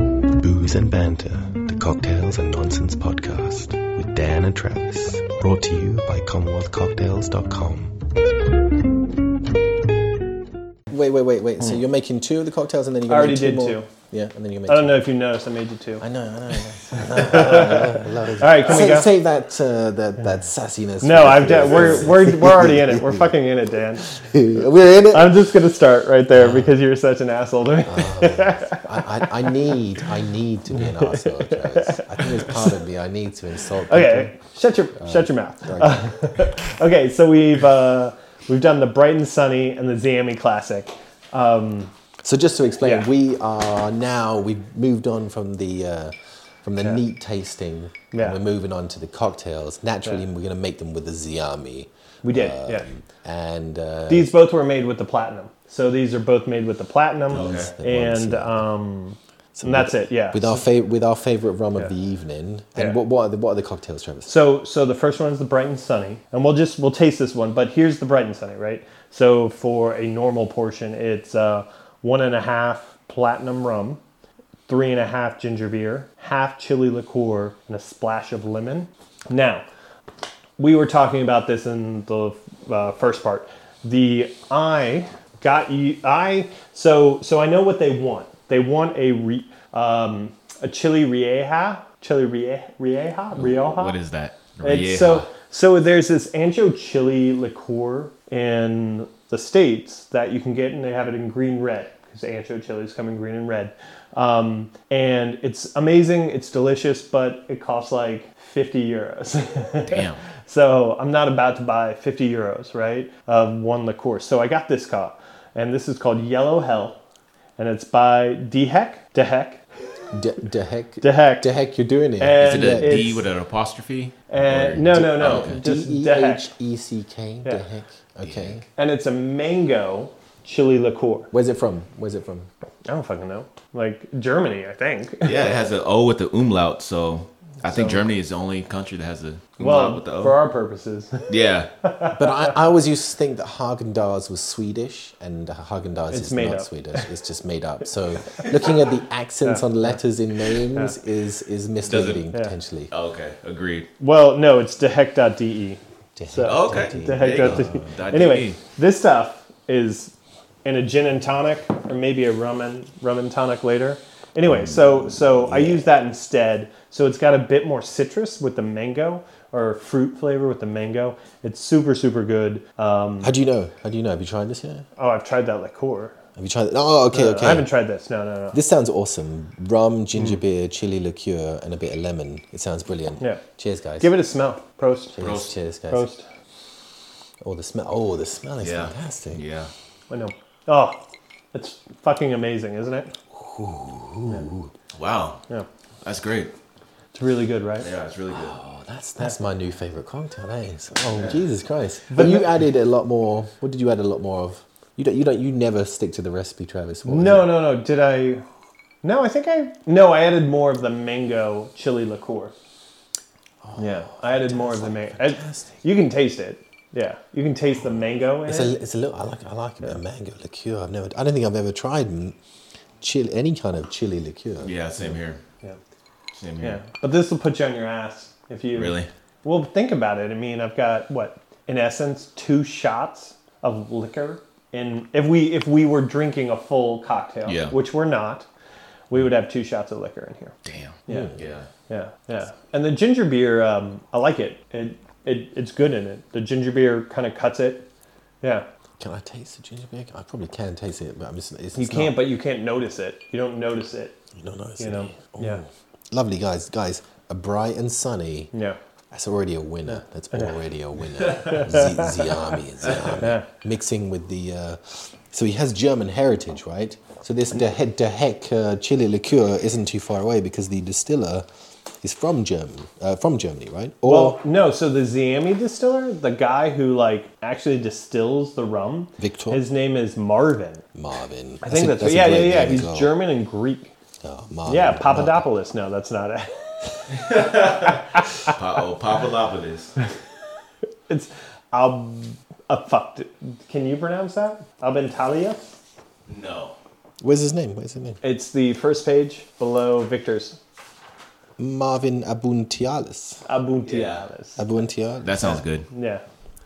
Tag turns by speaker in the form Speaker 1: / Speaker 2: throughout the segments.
Speaker 1: Booze and Banter, the Cocktails and Nonsense podcast with Dan and Travis, brought to you by CommonwealthCocktails.com.
Speaker 2: Wait, wait, wait, wait. So you're making two of the cocktails, and then you.
Speaker 3: Hmm. I already did
Speaker 2: more.
Speaker 3: two.
Speaker 2: Yeah, and then you make.
Speaker 3: I don't know if you noticed, I made you two.
Speaker 2: I
Speaker 3: All
Speaker 2: know, I know. I know.
Speaker 3: right, can we
Speaker 2: Save,
Speaker 3: go?
Speaker 2: save that uh, that that sassiness.
Speaker 3: No, I've de- we're, we're, we're already in it. We're fucking in it, Dan.
Speaker 2: we're in it. I,
Speaker 3: I'm just gonna start right there because you're such an asshole to me.
Speaker 2: Oh, I, I need I need to be an arsehole, Travis. I think it's part of me. I need to insult. People.
Speaker 3: Okay, shut your shut your mouth.
Speaker 2: Right.
Speaker 3: Okay, so we've uh, we've done the Bright and Sunny and the Zami Classic.
Speaker 2: So just to explain,
Speaker 3: Yeah.
Speaker 2: we are now we've moved on from the. Uh, from the
Speaker 3: Yeah.
Speaker 2: neat tasting,
Speaker 3: Yeah.
Speaker 2: we're moving on to the cocktails. Naturally,
Speaker 3: Yeah.
Speaker 2: we're going to make them with the Ziami.
Speaker 3: We did,
Speaker 2: Um,
Speaker 3: yeah.
Speaker 2: And uh,
Speaker 3: These both were made with the platinum. So these are both made with the platinum,
Speaker 2: Oh, the ones,
Speaker 3: and um,
Speaker 2: so
Speaker 3: and that's it. Yeah.
Speaker 2: with our fav- with our favorite rum of
Speaker 3: Yeah.
Speaker 2: the evening. And
Speaker 3: Yeah.
Speaker 2: what, what are the what are the cocktails, Travis?
Speaker 3: So so the first one is the bright and sunny, and we'll just we'll taste this one. But here's the bright and sunny, right? So for a normal portion, it's uh, one and a half platinum rum, three and a half ginger beer, half chili liqueur, and a splash of lemon. Now, we were talking about this in the uh, first part. The I got you. I so so I know what they want. They want a re, um, a chili rieja, chili rie, rieja, rioja.
Speaker 4: What is that?
Speaker 3: It's so so there's this ancho chili liqueur in the states that you can get, and they have it in green red because ancho chilies come in green and red. Um, and it's amazing. It's delicious, but it costs like 50 euros.
Speaker 4: Damn.
Speaker 3: so I'm not about to buy 50 euros, right, of one liqueur. So I got this cup, and this is called Yellow Hell, and it's by Dehec. Dehec.
Speaker 2: De, de heck,
Speaker 3: De Heck. Uh,
Speaker 2: de heck, you're doing it.
Speaker 3: And
Speaker 4: Is it a D
Speaker 3: it's-
Speaker 4: with an apostrophe?
Speaker 3: Uh,
Speaker 4: Or-
Speaker 3: no, no, no.
Speaker 4: Oh, okay.
Speaker 3: Just
Speaker 2: D e
Speaker 3: Dehec.
Speaker 2: h e c k. De
Speaker 3: Yeah.
Speaker 2: heck. Okay.
Speaker 3: and it's a mango chili liqueur.
Speaker 2: Where's it from? Where's it from?
Speaker 3: I don't fucking know. Like Germany, I think.
Speaker 4: Yeah, it has an O with the umlaut, so I think Germany is the only country that has a umlaut
Speaker 3: Well,
Speaker 4: with the O.
Speaker 3: for our purposes,
Speaker 4: yeah.
Speaker 2: But I, I always used to think that Haagen Dazs was Swedish, and Haagen Dazs
Speaker 3: It's
Speaker 2: is
Speaker 3: made
Speaker 2: not
Speaker 3: up.
Speaker 2: Swedish. It's just made up. So looking at the accents on letters in names is is misleading
Speaker 3: yeah.
Speaker 2: potentially.
Speaker 4: Oh, okay, agreed.
Speaker 3: well, no, it's dehec.de.
Speaker 2: De heck,
Speaker 3: So-
Speaker 2: de
Speaker 4: Okay.
Speaker 2: heck.
Speaker 4: De-
Speaker 3: Dehec
Speaker 4: There you
Speaker 3: dot
Speaker 4: go.
Speaker 3: de.
Speaker 4: Dot
Speaker 3: Anyway,
Speaker 4: DE.
Speaker 3: this stuff is in a gin and tonic, or maybe a rum and rum and tonic later.
Speaker 4: Mm.
Speaker 3: Anyway, so so I use that instead. So it's got a bit more citrus with the mango or fruit flavor with the mango. It's super super good. Um,
Speaker 2: How do you know? How do you know? Have you tried this yet?
Speaker 3: oh, I've tried that liqueur. Uh,
Speaker 2: Have you tried? Oh, okay, okay.
Speaker 3: I haven't tried this. No, no, no.
Speaker 2: This sounds awesome. Rum,
Speaker 3: Mm.
Speaker 2: ginger beer, chili liqueur, and a bit of lemon. It sounds brilliant.
Speaker 3: Yeah.
Speaker 2: Cheers, guys.
Speaker 3: Give it a smell. Prost.
Speaker 2: Cheers,
Speaker 4: Prost.
Speaker 2: cheers, guys.
Speaker 3: Prost.
Speaker 2: Oh, the smell. Oh, the smell is
Speaker 4: Yeah.
Speaker 2: fantastic.
Speaker 4: Yeah.
Speaker 3: I know. Oh, it's fucking amazing, isn't it?
Speaker 4: Wow.
Speaker 3: Yeah.
Speaker 4: That's great.
Speaker 3: It's really good, right?
Speaker 4: Yeah, it's really good.
Speaker 2: Oh, that's that's my new favorite cocktail. That is. Oh, Jesus Christ. But you added a lot more. What did you add a lot more of? You don't. You don't. You never stick to the recipe, Travis. What was
Speaker 3: No,
Speaker 2: it?
Speaker 3: no, no. Did I? No, I think I. No, I added more of the mango chili liqueur. yeah, I added more of the mango.
Speaker 2: Oh, fantastic.
Speaker 3: You can taste it. Yeah, you can taste the mango in
Speaker 2: It's
Speaker 3: it.
Speaker 2: a. It's a little. I like. I like a bit of mango liqueur. I've never. I don't think I've ever tried mm, chili. Any kind of chili liqueur.
Speaker 4: Yeah, same here.
Speaker 3: yeah.
Speaker 4: Same
Speaker 3: yeah,
Speaker 4: here.
Speaker 3: but this will put you on your ass if you
Speaker 4: Really?
Speaker 3: Well, think about it. I mean, I've got what, in essence, two shots of liquor. And if we if we were drinking a full cocktail,
Speaker 4: Yeah.
Speaker 3: which we're not, we would have two shots of liquor in here.
Speaker 4: Damn.
Speaker 3: Yeah.
Speaker 4: Yeah.
Speaker 3: Yeah, yeah. And the ginger beer, um, I like it. It, it. It's good in it. The ginger beer kind of cuts it. Yeah.
Speaker 2: Can I taste the ginger beer? I probably can taste it, but I'm just. It's,
Speaker 3: You
Speaker 2: it's
Speaker 3: can't,
Speaker 2: Not,
Speaker 3: but you can't notice it. You don't notice it,
Speaker 2: you don't notice
Speaker 3: you
Speaker 2: it.
Speaker 3: know? Yeah.
Speaker 2: Lovely guys, guys. A bright and sunny.
Speaker 3: Yeah.
Speaker 2: That's already a winner. That's already a winner. Z- Ziami, Ziami.
Speaker 3: Yeah.
Speaker 2: Mixing with the, uh, so he has German heritage, right? So this De, He- De Heck uh, chili liqueur isn't too far away because the distiller is from German, uh, from Germany, right? Or
Speaker 3: Well, no. So the Ziami distiller, the guy who like actually distills the rum,
Speaker 2: Victor?
Speaker 3: His name is Marvin.
Speaker 2: Marvin.
Speaker 3: I think that's,
Speaker 2: a
Speaker 3: yeah, yeah,
Speaker 2: great
Speaker 3: yeah.
Speaker 2: name as
Speaker 3: He's
Speaker 2: well.
Speaker 3: German and Greek.
Speaker 2: Oh, Marvin,
Speaker 3: Yeah,
Speaker 2: Marvin.
Speaker 3: Papadopoulos. No, that's not it.
Speaker 4: Pa- oh, Papadopoulos.
Speaker 3: It's Ab. Uh, fuck. Can you pronounce that? Abentalia?
Speaker 4: No.
Speaker 2: Where's his name? Where's his name?
Speaker 3: It's the first page below Victor's
Speaker 2: Marvin Abuntialis.
Speaker 3: Abuntiales.
Speaker 2: Abuntialis.
Speaker 4: That sounds good.
Speaker 3: Yeah.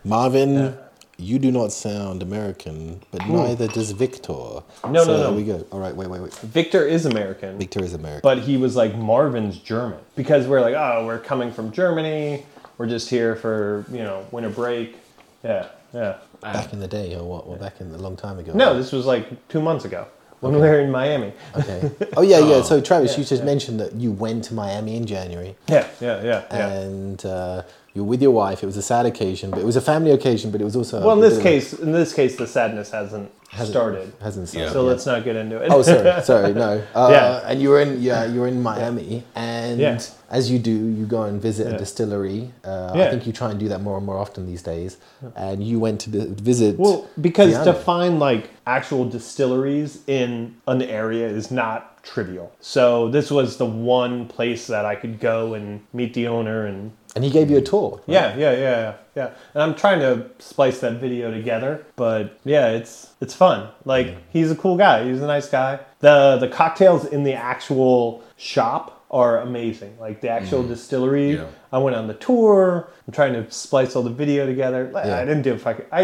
Speaker 2: Marvin, you do not sound American, but neither does Victor.
Speaker 3: No,
Speaker 2: so
Speaker 3: no, no.
Speaker 2: There we go. All right, wait, wait, wait.
Speaker 3: Victor is American,
Speaker 2: Victor is American.
Speaker 3: but he was like Marvin's German because we're like, oh, we're coming from Germany. We're just here for you know winter break. Yeah, yeah.
Speaker 2: back in the day, or what? Well, back in the long time ago.
Speaker 3: No, this was like two months ago when we were in Miami.
Speaker 2: Okay. Oh yeah, yeah. So Travis, you just mentioned that you went to Miami in January,
Speaker 3: Yeah, yeah, yeah, yeah.
Speaker 2: and uh, you were with your wife. It was a sad occasion, but it was a family occasion. But it was also
Speaker 3: well, in
Speaker 2: a
Speaker 3: this
Speaker 2: bit of a-
Speaker 3: case, in this case, the sadness hasn't,
Speaker 2: hasn't-
Speaker 3: started.
Speaker 2: Hasn't
Speaker 4: Yeah.
Speaker 2: started.
Speaker 3: so
Speaker 2: yet.
Speaker 3: let's not get into it.
Speaker 2: Oh, sorry, sorry, no. Uh,
Speaker 3: Yeah.
Speaker 2: And you were in, yeah, you were in Miami, and
Speaker 3: Yeah.
Speaker 2: as you do, you go and visit a
Speaker 3: Yeah.
Speaker 2: distillery. Uh, I
Speaker 3: Yeah.
Speaker 2: think you try and do that more and more often these days. And you went to the, visit.
Speaker 3: Well, because
Speaker 2: Rihanna.
Speaker 3: to find like actual distilleries in an area is not trivial. So this was the one place that I could go and meet the owner and
Speaker 2: and he gave you a tour. right?
Speaker 3: yeah, yeah, yeah, yeah, yeah. And I'm trying to splice that video together, but yeah, it's it's fun. Like he's a cool guy. He's a nice guy. The the cocktails in the actual shop are amazing. Like the actual distillery.
Speaker 4: Mm-hmm. Yeah.
Speaker 3: I went on the tour. I'm trying to splice all the video together. Like, I didn't do a fucking. I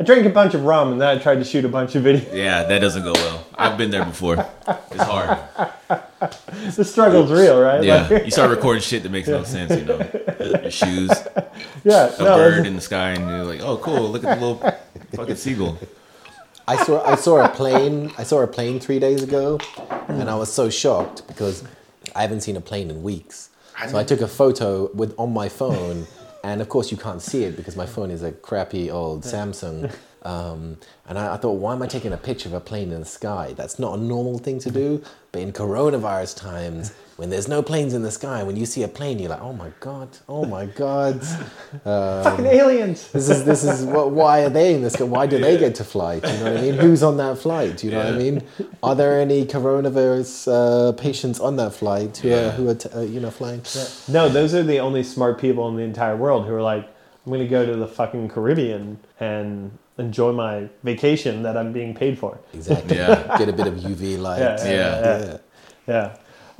Speaker 3: I drank a bunch of rum and then I tried to shoot a bunch of video.
Speaker 4: Yeah, that doesn't go well. I've been there before. It's hard.
Speaker 3: the struggle's real, right?
Speaker 4: Yeah,
Speaker 3: Like,
Speaker 4: you start recording shit that makes no sense. You know, your shoes, a
Speaker 3: yeah. No,
Speaker 4: bird
Speaker 3: that's-
Speaker 4: in the sky, and you're like, oh, cool. Look at the little fucking seagull.
Speaker 2: I saw I saw a plane. I saw a plane three days ago, and I was so shocked because I haven't seen a plane in weeks. So I took a photo with on my phone, and of course you can't see it because my phone is a crappy old Samsung. Um, and I, I thought, why am I taking a picture of a plane in the sky? That's not a normal thing to do. But in coronavirus times, when there's no planes in the sky, when you see a plane, you're like, oh my god, oh my god.
Speaker 3: fucking aliens.
Speaker 2: This is this is what, why are they in this? Why do they get to fly? Do you know what I mean? Who's on that flight? Do you know what I
Speaker 4: Yeah.
Speaker 2: mean? Are there any coronavirus uh, patients on that flight who are
Speaker 4: Yeah.
Speaker 2: who are t- uh, you know flying?
Speaker 3: No, those are the only smart people in the entire world who are like, I'm going to go to the fucking Caribbean and enjoy my vacation that I'm being paid for.
Speaker 2: Exactly.
Speaker 4: Yeah,
Speaker 2: Get a bit of UV light.
Speaker 3: Yeah,
Speaker 4: yeah.
Speaker 2: Yeah.
Speaker 3: Yeah.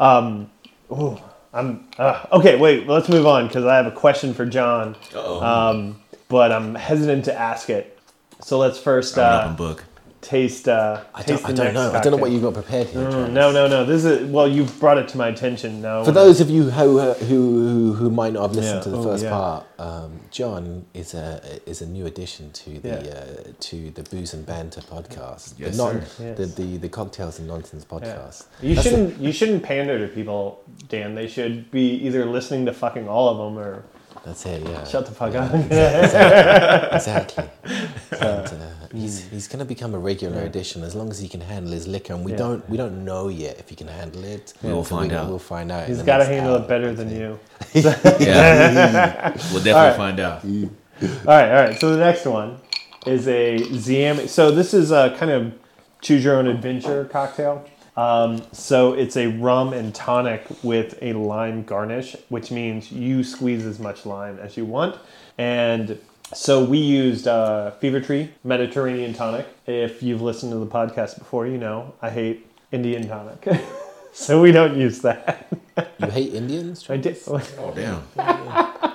Speaker 3: Um, ooh, I'm uh, okay. Wait, let's move on because I have a question for John,
Speaker 4: Uh-oh.
Speaker 3: um, but I'm hesitant to ask it. So let's first
Speaker 4: I'm an open
Speaker 3: uh,
Speaker 4: book.
Speaker 3: taste. Uh,
Speaker 2: Oh, I don't,
Speaker 3: taste the
Speaker 2: I don't
Speaker 3: next
Speaker 2: know. I don't know
Speaker 3: cocktail.
Speaker 2: what you've got prepared here. Trevor.
Speaker 3: Mm, No, no, no. This is well. You've brought it to my attention. No.
Speaker 2: For those of you who uh, who who, who might not have listened
Speaker 3: Yeah.
Speaker 2: to the
Speaker 3: Oh,
Speaker 2: first
Speaker 3: yeah.
Speaker 2: part, um, John is a is a new addition to the
Speaker 3: Yeah.
Speaker 2: uh, to the booze and banter podcast.
Speaker 4: Yes,
Speaker 2: the
Speaker 3: sir.
Speaker 2: The,
Speaker 3: Yes.
Speaker 2: the the cocktails and nonsense
Speaker 3: Yeah.
Speaker 2: podcast.
Speaker 3: You
Speaker 2: That's the-
Speaker 3: shouldn't. You shouldn't pander to people, Dan. They should be either listening to fucking all of them or
Speaker 2: That's it, yeah.
Speaker 3: shut the fuck
Speaker 2: Yeah,
Speaker 3: up.
Speaker 2: Exactly. and, uh,
Speaker 3: mm.
Speaker 2: he's he's going to become a regular addition as long as he can handle his liquor, and we
Speaker 3: Yeah.
Speaker 2: don't we don't know yet if he can handle it.
Speaker 4: We will
Speaker 2: So
Speaker 4: find out.
Speaker 2: We'll find out. in
Speaker 3: He's
Speaker 2: the
Speaker 3: got to
Speaker 2: next
Speaker 3: handle
Speaker 2: hour.
Speaker 3: it better than you.
Speaker 4: Yeah, we'll definitely
Speaker 3: Alright.
Speaker 4: find out.
Speaker 3: All right, all right. So the next one is a Ziam. So this is a kind of choose your own adventure cocktail. Um, so it's a rum and tonic with a lime garnish, which means you squeeze as much lime as you want. And so we used uh, Fever Tree Mediterranean tonic. If you've listened to the podcast before, you know I hate Indian tonic, so we don't use that.
Speaker 2: You hate Indians?
Speaker 3: I did.
Speaker 4: Oh damn.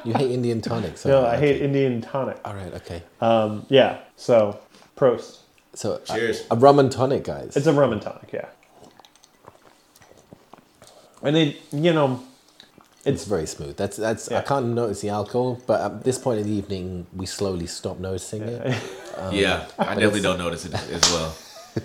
Speaker 2: You hate Indian tonics?
Speaker 3: No,
Speaker 2: okay,
Speaker 3: I hate
Speaker 2: okay.
Speaker 3: Indian tonic.
Speaker 2: All right, okay.
Speaker 3: Um, yeah. So, prost.
Speaker 2: So uh,
Speaker 4: Cheers.
Speaker 2: a rum and tonic, guys.
Speaker 3: It's a rum and tonic, yeah. And it, you know,
Speaker 2: It's very smooth. That's that's. I
Speaker 3: Yeah.
Speaker 2: can't notice the alcohol, but at this point in the evening, we slowly stop noticing it. Um,
Speaker 4: yeah, I definitely don't notice it as well.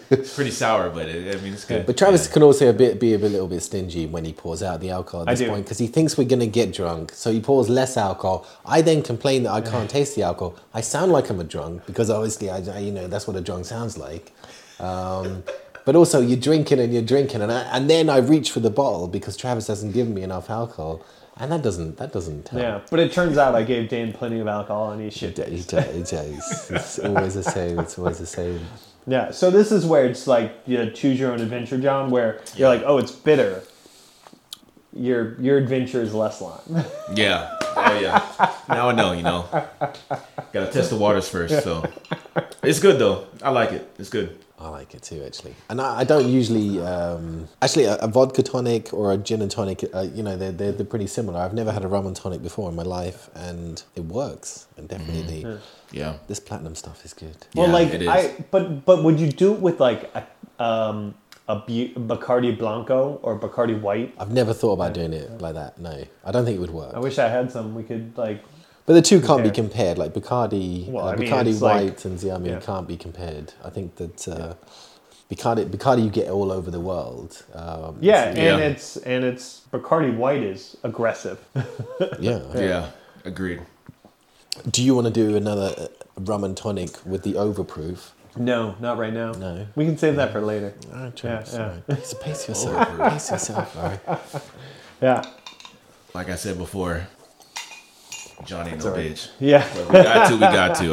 Speaker 4: It's pretty sour, but it, I mean, it's good.
Speaker 2: But Travis can also a bit be a bit- little bit stingy when he pours out the alcohol at
Speaker 3: I
Speaker 2: this
Speaker 3: do.
Speaker 2: point because he thinks we're gonna get drunk, so he pours less alcohol. I then complain that I can't taste the alcohol. I sound like I'm a drunk because obviously I, I- you know that's what a drunk sounds like. Um, but also you're drinking and you're drinking, and I, and then I reach for the bottle because Travis hasn't given me enough alcohol, and that doesn't that doesn't help.
Speaker 3: yeah. But it turns out I gave Dan plenty of alcohol and he shit
Speaker 2: It, it, it, it's, it's always the same. It's always the same.
Speaker 3: Yeah. So this is where it's like you know, choose your own adventure, John, where you're like, oh, it's bitter. your your adventure is less long.
Speaker 4: Yeah. Oh yeah. now I know. You know. Gotta test the waters first. So it's good though. I like it. It's good.
Speaker 2: I like it too, actually. And I, I don't usually, um, actually, a, a vodka tonic or a gin and tonic, uh, you know, they're, they're, they're pretty similar. I've never had a rum and tonic before in my life, and it works. And definitely the,
Speaker 4: Yeah.
Speaker 2: this platinum stuff is good.
Speaker 3: Well,
Speaker 4: Yeah,
Speaker 3: like
Speaker 4: it is.
Speaker 3: I, but but would you do it with like a, um, a Bu- Bacardi Blanco or Bacardi White?
Speaker 2: I've never thought about doing it like that. No, I don't think it would work.
Speaker 3: I wish I had some. We could like
Speaker 2: But the two can't be
Speaker 3: Okay.
Speaker 2: compared. Like Bacardi,
Speaker 3: Well,
Speaker 2: uh,
Speaker 3: I mean,
Speaker 2: Bacardi
Speaker 3: it's like-
Speaker 2: White and Xiaomi
Speaker 3: yeah.
Speaker 2: can't be compared. I think that uh, Bacardi, Bacardi, you get all over the world. Um,
Speaker 3: yeah, and
Speaker 4: Yeah.
Speaker 3: it's and it's Bacardi White is aggressive.
Speaker 2: yeah,
Speaker 4: Yeah. Agreed.
Speaker 2: Do you want to do another uh, rum and tonic with the overproof?
Speaker 3: no, not right now.
Speaker 2: No.
Speaker 3: we can save that for later.
Speaker 2: All right,
Speaker 3: Yeah,
Speaker 2: James,
Speaker 3: yeah.
Speaker 2: all right. So pace yourself. pace yourself. All right.
Speaker 3: Yeah,
Speaker 4: Like I said before, Johnny ain't no bitch.
Speaker 3: yeah.
Speaker 4: We got to. We got to.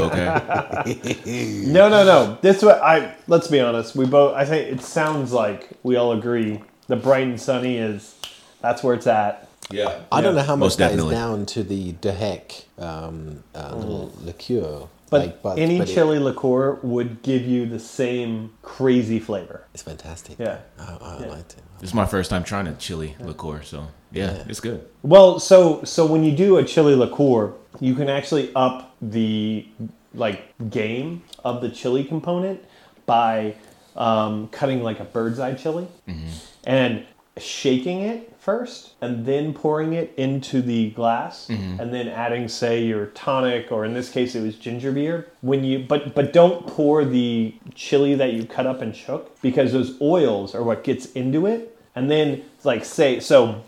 Speaker 4: Okay.
Speaker 3: No, no, no. This what I. Let's be honest. We both. I think it sounds like we all agree. The bright and sunny is. That's where it's at.
Speaker 4: Yeah.
Speaker 2: I don't know how much
Speaker 4: most
Speaker 2: that is
Speaker 4: definitely.
Speaker 2: down to the De Heck um, uh, little liqueur.
Speaker 3: Mm. But,
Speaker 2: like,
Speaker 3: any
Speaker 2: but it-
Speaker 3: chili liqueur would give you the same crazy flavor.
Speaker 2: it's fantastic.
Speaker 3: Yeah.
Speaker 2: I, I liked it.
Speaker 4: This is my first time trying a chili liqueur, so yeah, it's good.
Speaker 3: Well, so so when you do a chili liqueur, you can actually up the like game of the chili component by um, cutting like a bird's eye chili and shaking it first, and then pouring it into the glass, and then adding say your tonic or in this case it was ginger beer. When you but but don't pour the chili that you cut up and shook because those oils are what gets into it, and then like say so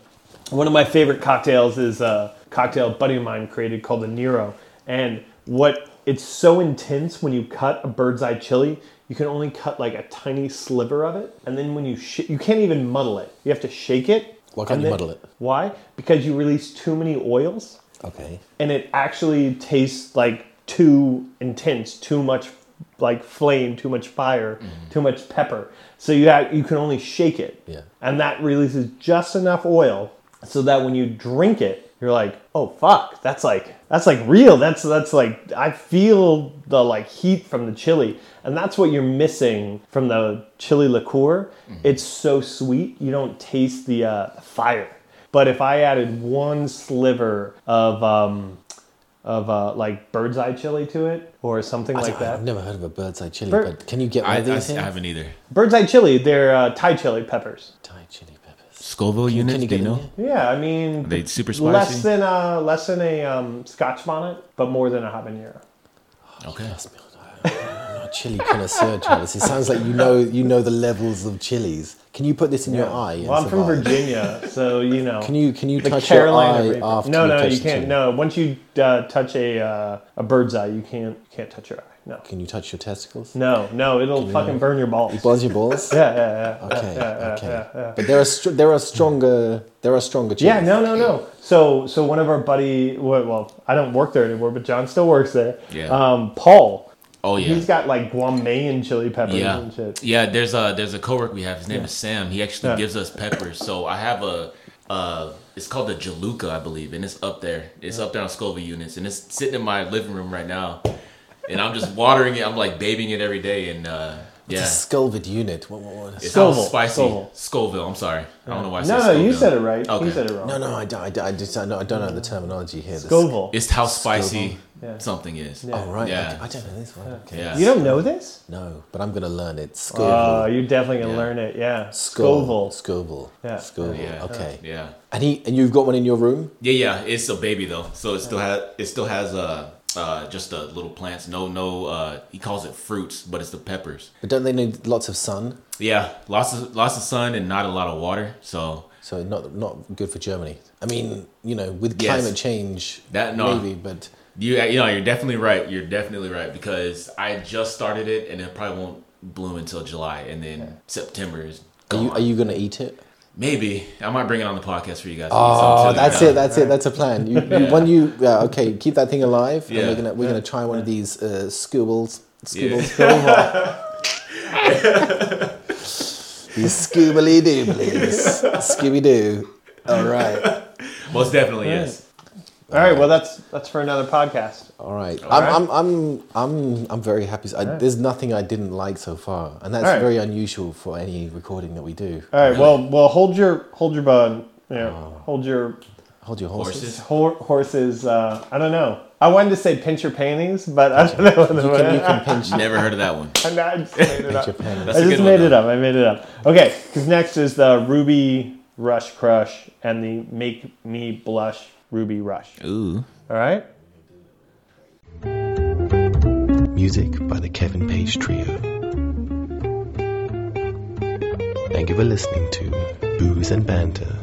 Speaker 3: one of my favorite cocktails is a cocktail a buddy of mine created called the Nero. And what it's so intense when you cut a bird's eye chili, you can only cut like a tiny sliver of it, and then when you sh- you can't even muddle it. You have to shake it.
Speaker 2: Why can't
Speaker 3: and
Speaker 2: you
Speaker 3: then-
Speaker 2: muddle it?
Speaker 3: Why? Because you release too many oils,
Speaker 2: Okay.
Speaker 3: and it actually tastes like too intense, too much like flame, too much fire, too much pepper. So you have, you can only shake it.
Speaker 2: Mm-hmm. Yeah.
Speaker 3: And that releases just enough oil so that when you drink it, you're like, "Oh fuck, that's like that's like real. That's that's like I feel the like heat from the chili." And that's what you're missing from the chili liqueur. It's so sweet, you don't taste the uh, fire. But if I added one sliver of um, of uh, like bird's eye chili to it or something like that,
Speaker 2: I've never heard of a bird's eye chili,
Speaker 3: Bird-
Speaker 2: but can you get one
Speaker 4: I,
Speaker 2: of
Speaker 4: I, I
Speaker 2: these here?
Speaker 4: haven't either.
Speaker 3: bird's eye chili, they're uh, Thai chili peppers.
Speaker 2: Thai chili peppers.
Speaker 4: Scoville units,
Speaker 2: Can you
Speaker 4: do
Speaker 2: get
Speaker 4: you
Speaker 2: them
Speaker 4: know?
Speaker 2: here?
Speaker 3: Yeah, I mean,
Speaker 4: They super spicy.
Speaker 3: less than a less than a um, Scotch bonnet, but more than a habanero.
Speaker 4: okay.
Speaker 2: That's me. I'm not a chili connoisseur, Travis. It sounds like you know you know the levels of chilies. Can you put this in your eye? and
Speaker 3: well, I'm from
Speaker 2: survive?
Speaker 3: Virginia, so you know.
Speaker 2: Can you can you
Speaker 3: the
Speaker 2: touch
Speaker 3: Carolina
Speaker 2: your eye
Speaker 3: reaper-
Speaker 2: after?
Speaker 3: No, no,
Speaker 2: touch
Speaker 3: you
Speaker 2: the
Speaker 3: can't.
Speaker 2: chili?
Speaker 3: No, once you uh, touch a uh, a bird's eye, you can't you can't touch your eye. No,
Speaker 2: Can you touch your testicles?
Speaker 3: no, no. It'll fucking burn your balls.
Speaker 2: Buzz your balls.
Speaker 3: Yeah, yeah, yeah.
Speaker 2: Okay,
Speaker 3: yeah,
Speaker 2: okay.
Speaker 3: yeah, yeah.
Speaker 2: But there are str- there are stronger there are stronger chilies.
Speaker 3: Yeah, no, no, no. So, so one of our buddy, well, well, I don't work there anymore, but John still works there.
Speaker 4: Yeah.
Speaker 3: Um, Paul,
Speaker 4: Oh yeah.
Speaker 3: he's got like Guamanian chili peppers
Speaker 4: yeah.
Speaker 3: and shit.
Speaker 4: Yeah, there's a there's a coworker we have. His name is Sam. He actually
Speaker 3: Yeah.
Speaker 4: gives us peppers. So I have a uh it's called the Jaluka, I believe, and it's up there. It's up there on Scoville units and it's sitting in my living room right now. And I'm just watering it. I'm like bathing it every day and uh yeah.
Speaker 2: It's a sculvid unit. What, what, what?
Speaker 4: It sounds
Speaker 3: Scoville,
Speaker 4: spicy.
Speaker 3: Scoville.
Speaker 4: Scoville. I'm sorry. I don't know why I said
Speaker 3: No, no, you
Speaker 4: Scoville.
Speaker 3: said it right.
Speaker 4: Okay.
Speaker 3: You said it wrong.
Speaker 2: No, no, I don't, I, don't- I just I don't, I don't know the terminology here. This-
Speaker 3: Scoville.
Speaker 4: It's how spicy
Speaker 3: Yeah.
Speaker 4: something is.
Speaker 2: Oh right,
Speaker 4: Yeah.
Speaker 2: I, I don't know this one. Okay.
Speaker 4: Yeah.
Speaker 3: you don't know this?
Speaker 2: No, but I'm gonna learn it. Scoville.
Speaker 3: Oh, you're definitely gonna
Speaker 4: Yeah.
Speaker 3: learn it. Yeah.
Speaker 2: Scoville.
Speaker 3: Scoville.
Speaker 2: Scoville.
Speaker 3: Yeah.
Speaker 2: Scoville.
Speaker 4: Yeah.
Speaker 2: Okay.
Speaker 4: Yeah.
Speaker 2: And he and you've got one in your room.
Speaker 4: Yeah, yeah. It's a baby though, so it still
Speaker 2: Oh.
Speaker 4: has it still has uh uh just the little plants. No, no. uh He calls it fruits, but it's the peppers.
Speaker 2: But don't they need lots of sun?
Speaker 4: Yeah, lots of lots of sun and not a lot of water. So
Speaker 2: So not not good for Germany. I mean, you know, with
Speaker 4: Yes.
Speaker 2: climate change,
Speaker 4: That- no.
Speaker 2: maybe, but
Speaker 4: you uh, you know you're definitely right. You're definitely right because I just started it and it probably won't bloom until July, and then September is
Speaker 2: are
Speaker 4: gone.
Speaker 2: you, are you gonna eat it?
Speaker 4: Maybe I might bring it on the podcast for you guys.
Speaker 2: Oh, that's it. That's it. That's a plan. You, you, When you yeah, okay, keep that thing alive. And
Speaker 4: Yeah.
Speaker 2: we're gonna we're gonna try one of these uh, scubles.
Speaker 4: Yeah.
Speaker 2: Scubles. these scoobily dooblies. Scooby doo. All right.
Speaker 4: Most definitely, yes.
Speaker 3: All right. Well, that's that's for another podcast.
Speaker 2: All right.
Speaker 3: right.
Speaker 2: I'm, I'm, I'm, I'm, I'm very happy. I, There's nothing I didn't like so far, and that's
Speaker 3: All right.
Speaker 2: very unusual for any recording that we do.
Speaker 3: All right. Well, well, hold your hold your bun. Yeah.
Speaker 4: Oh.
Speaker 3: Hold your
Speaker 2: Hold your horses.
Speaker 4: Horses.
Speaker 3: hor- horses. Uh, I don't know. I wanted to say pinch your panties, but I don't know.
Speaker 2: You can, you can pinch,
Speaker 4: Never heard of that one.
Speaker 3: I'm not, I just made it
Speaker 2: pinch your
Speaker 3: up.
Speaker 2: pen.
Speaker 4: That's
Speaker 3: I
Speaker 4: a
Speaker 3: just
Speaker 4: good
Speaker 3: made
Speaker 4: one,
Speaker 3: it up. I made it up. Okay, because next is the Ruby Rush Crush and the Make Me Blush Ruby Rush.
Speaker 4: Ooh.
Speaker 3: All right.
Speaker 1: Music by the Kevin Page Trio. Thank you for listening to Booze and Banter.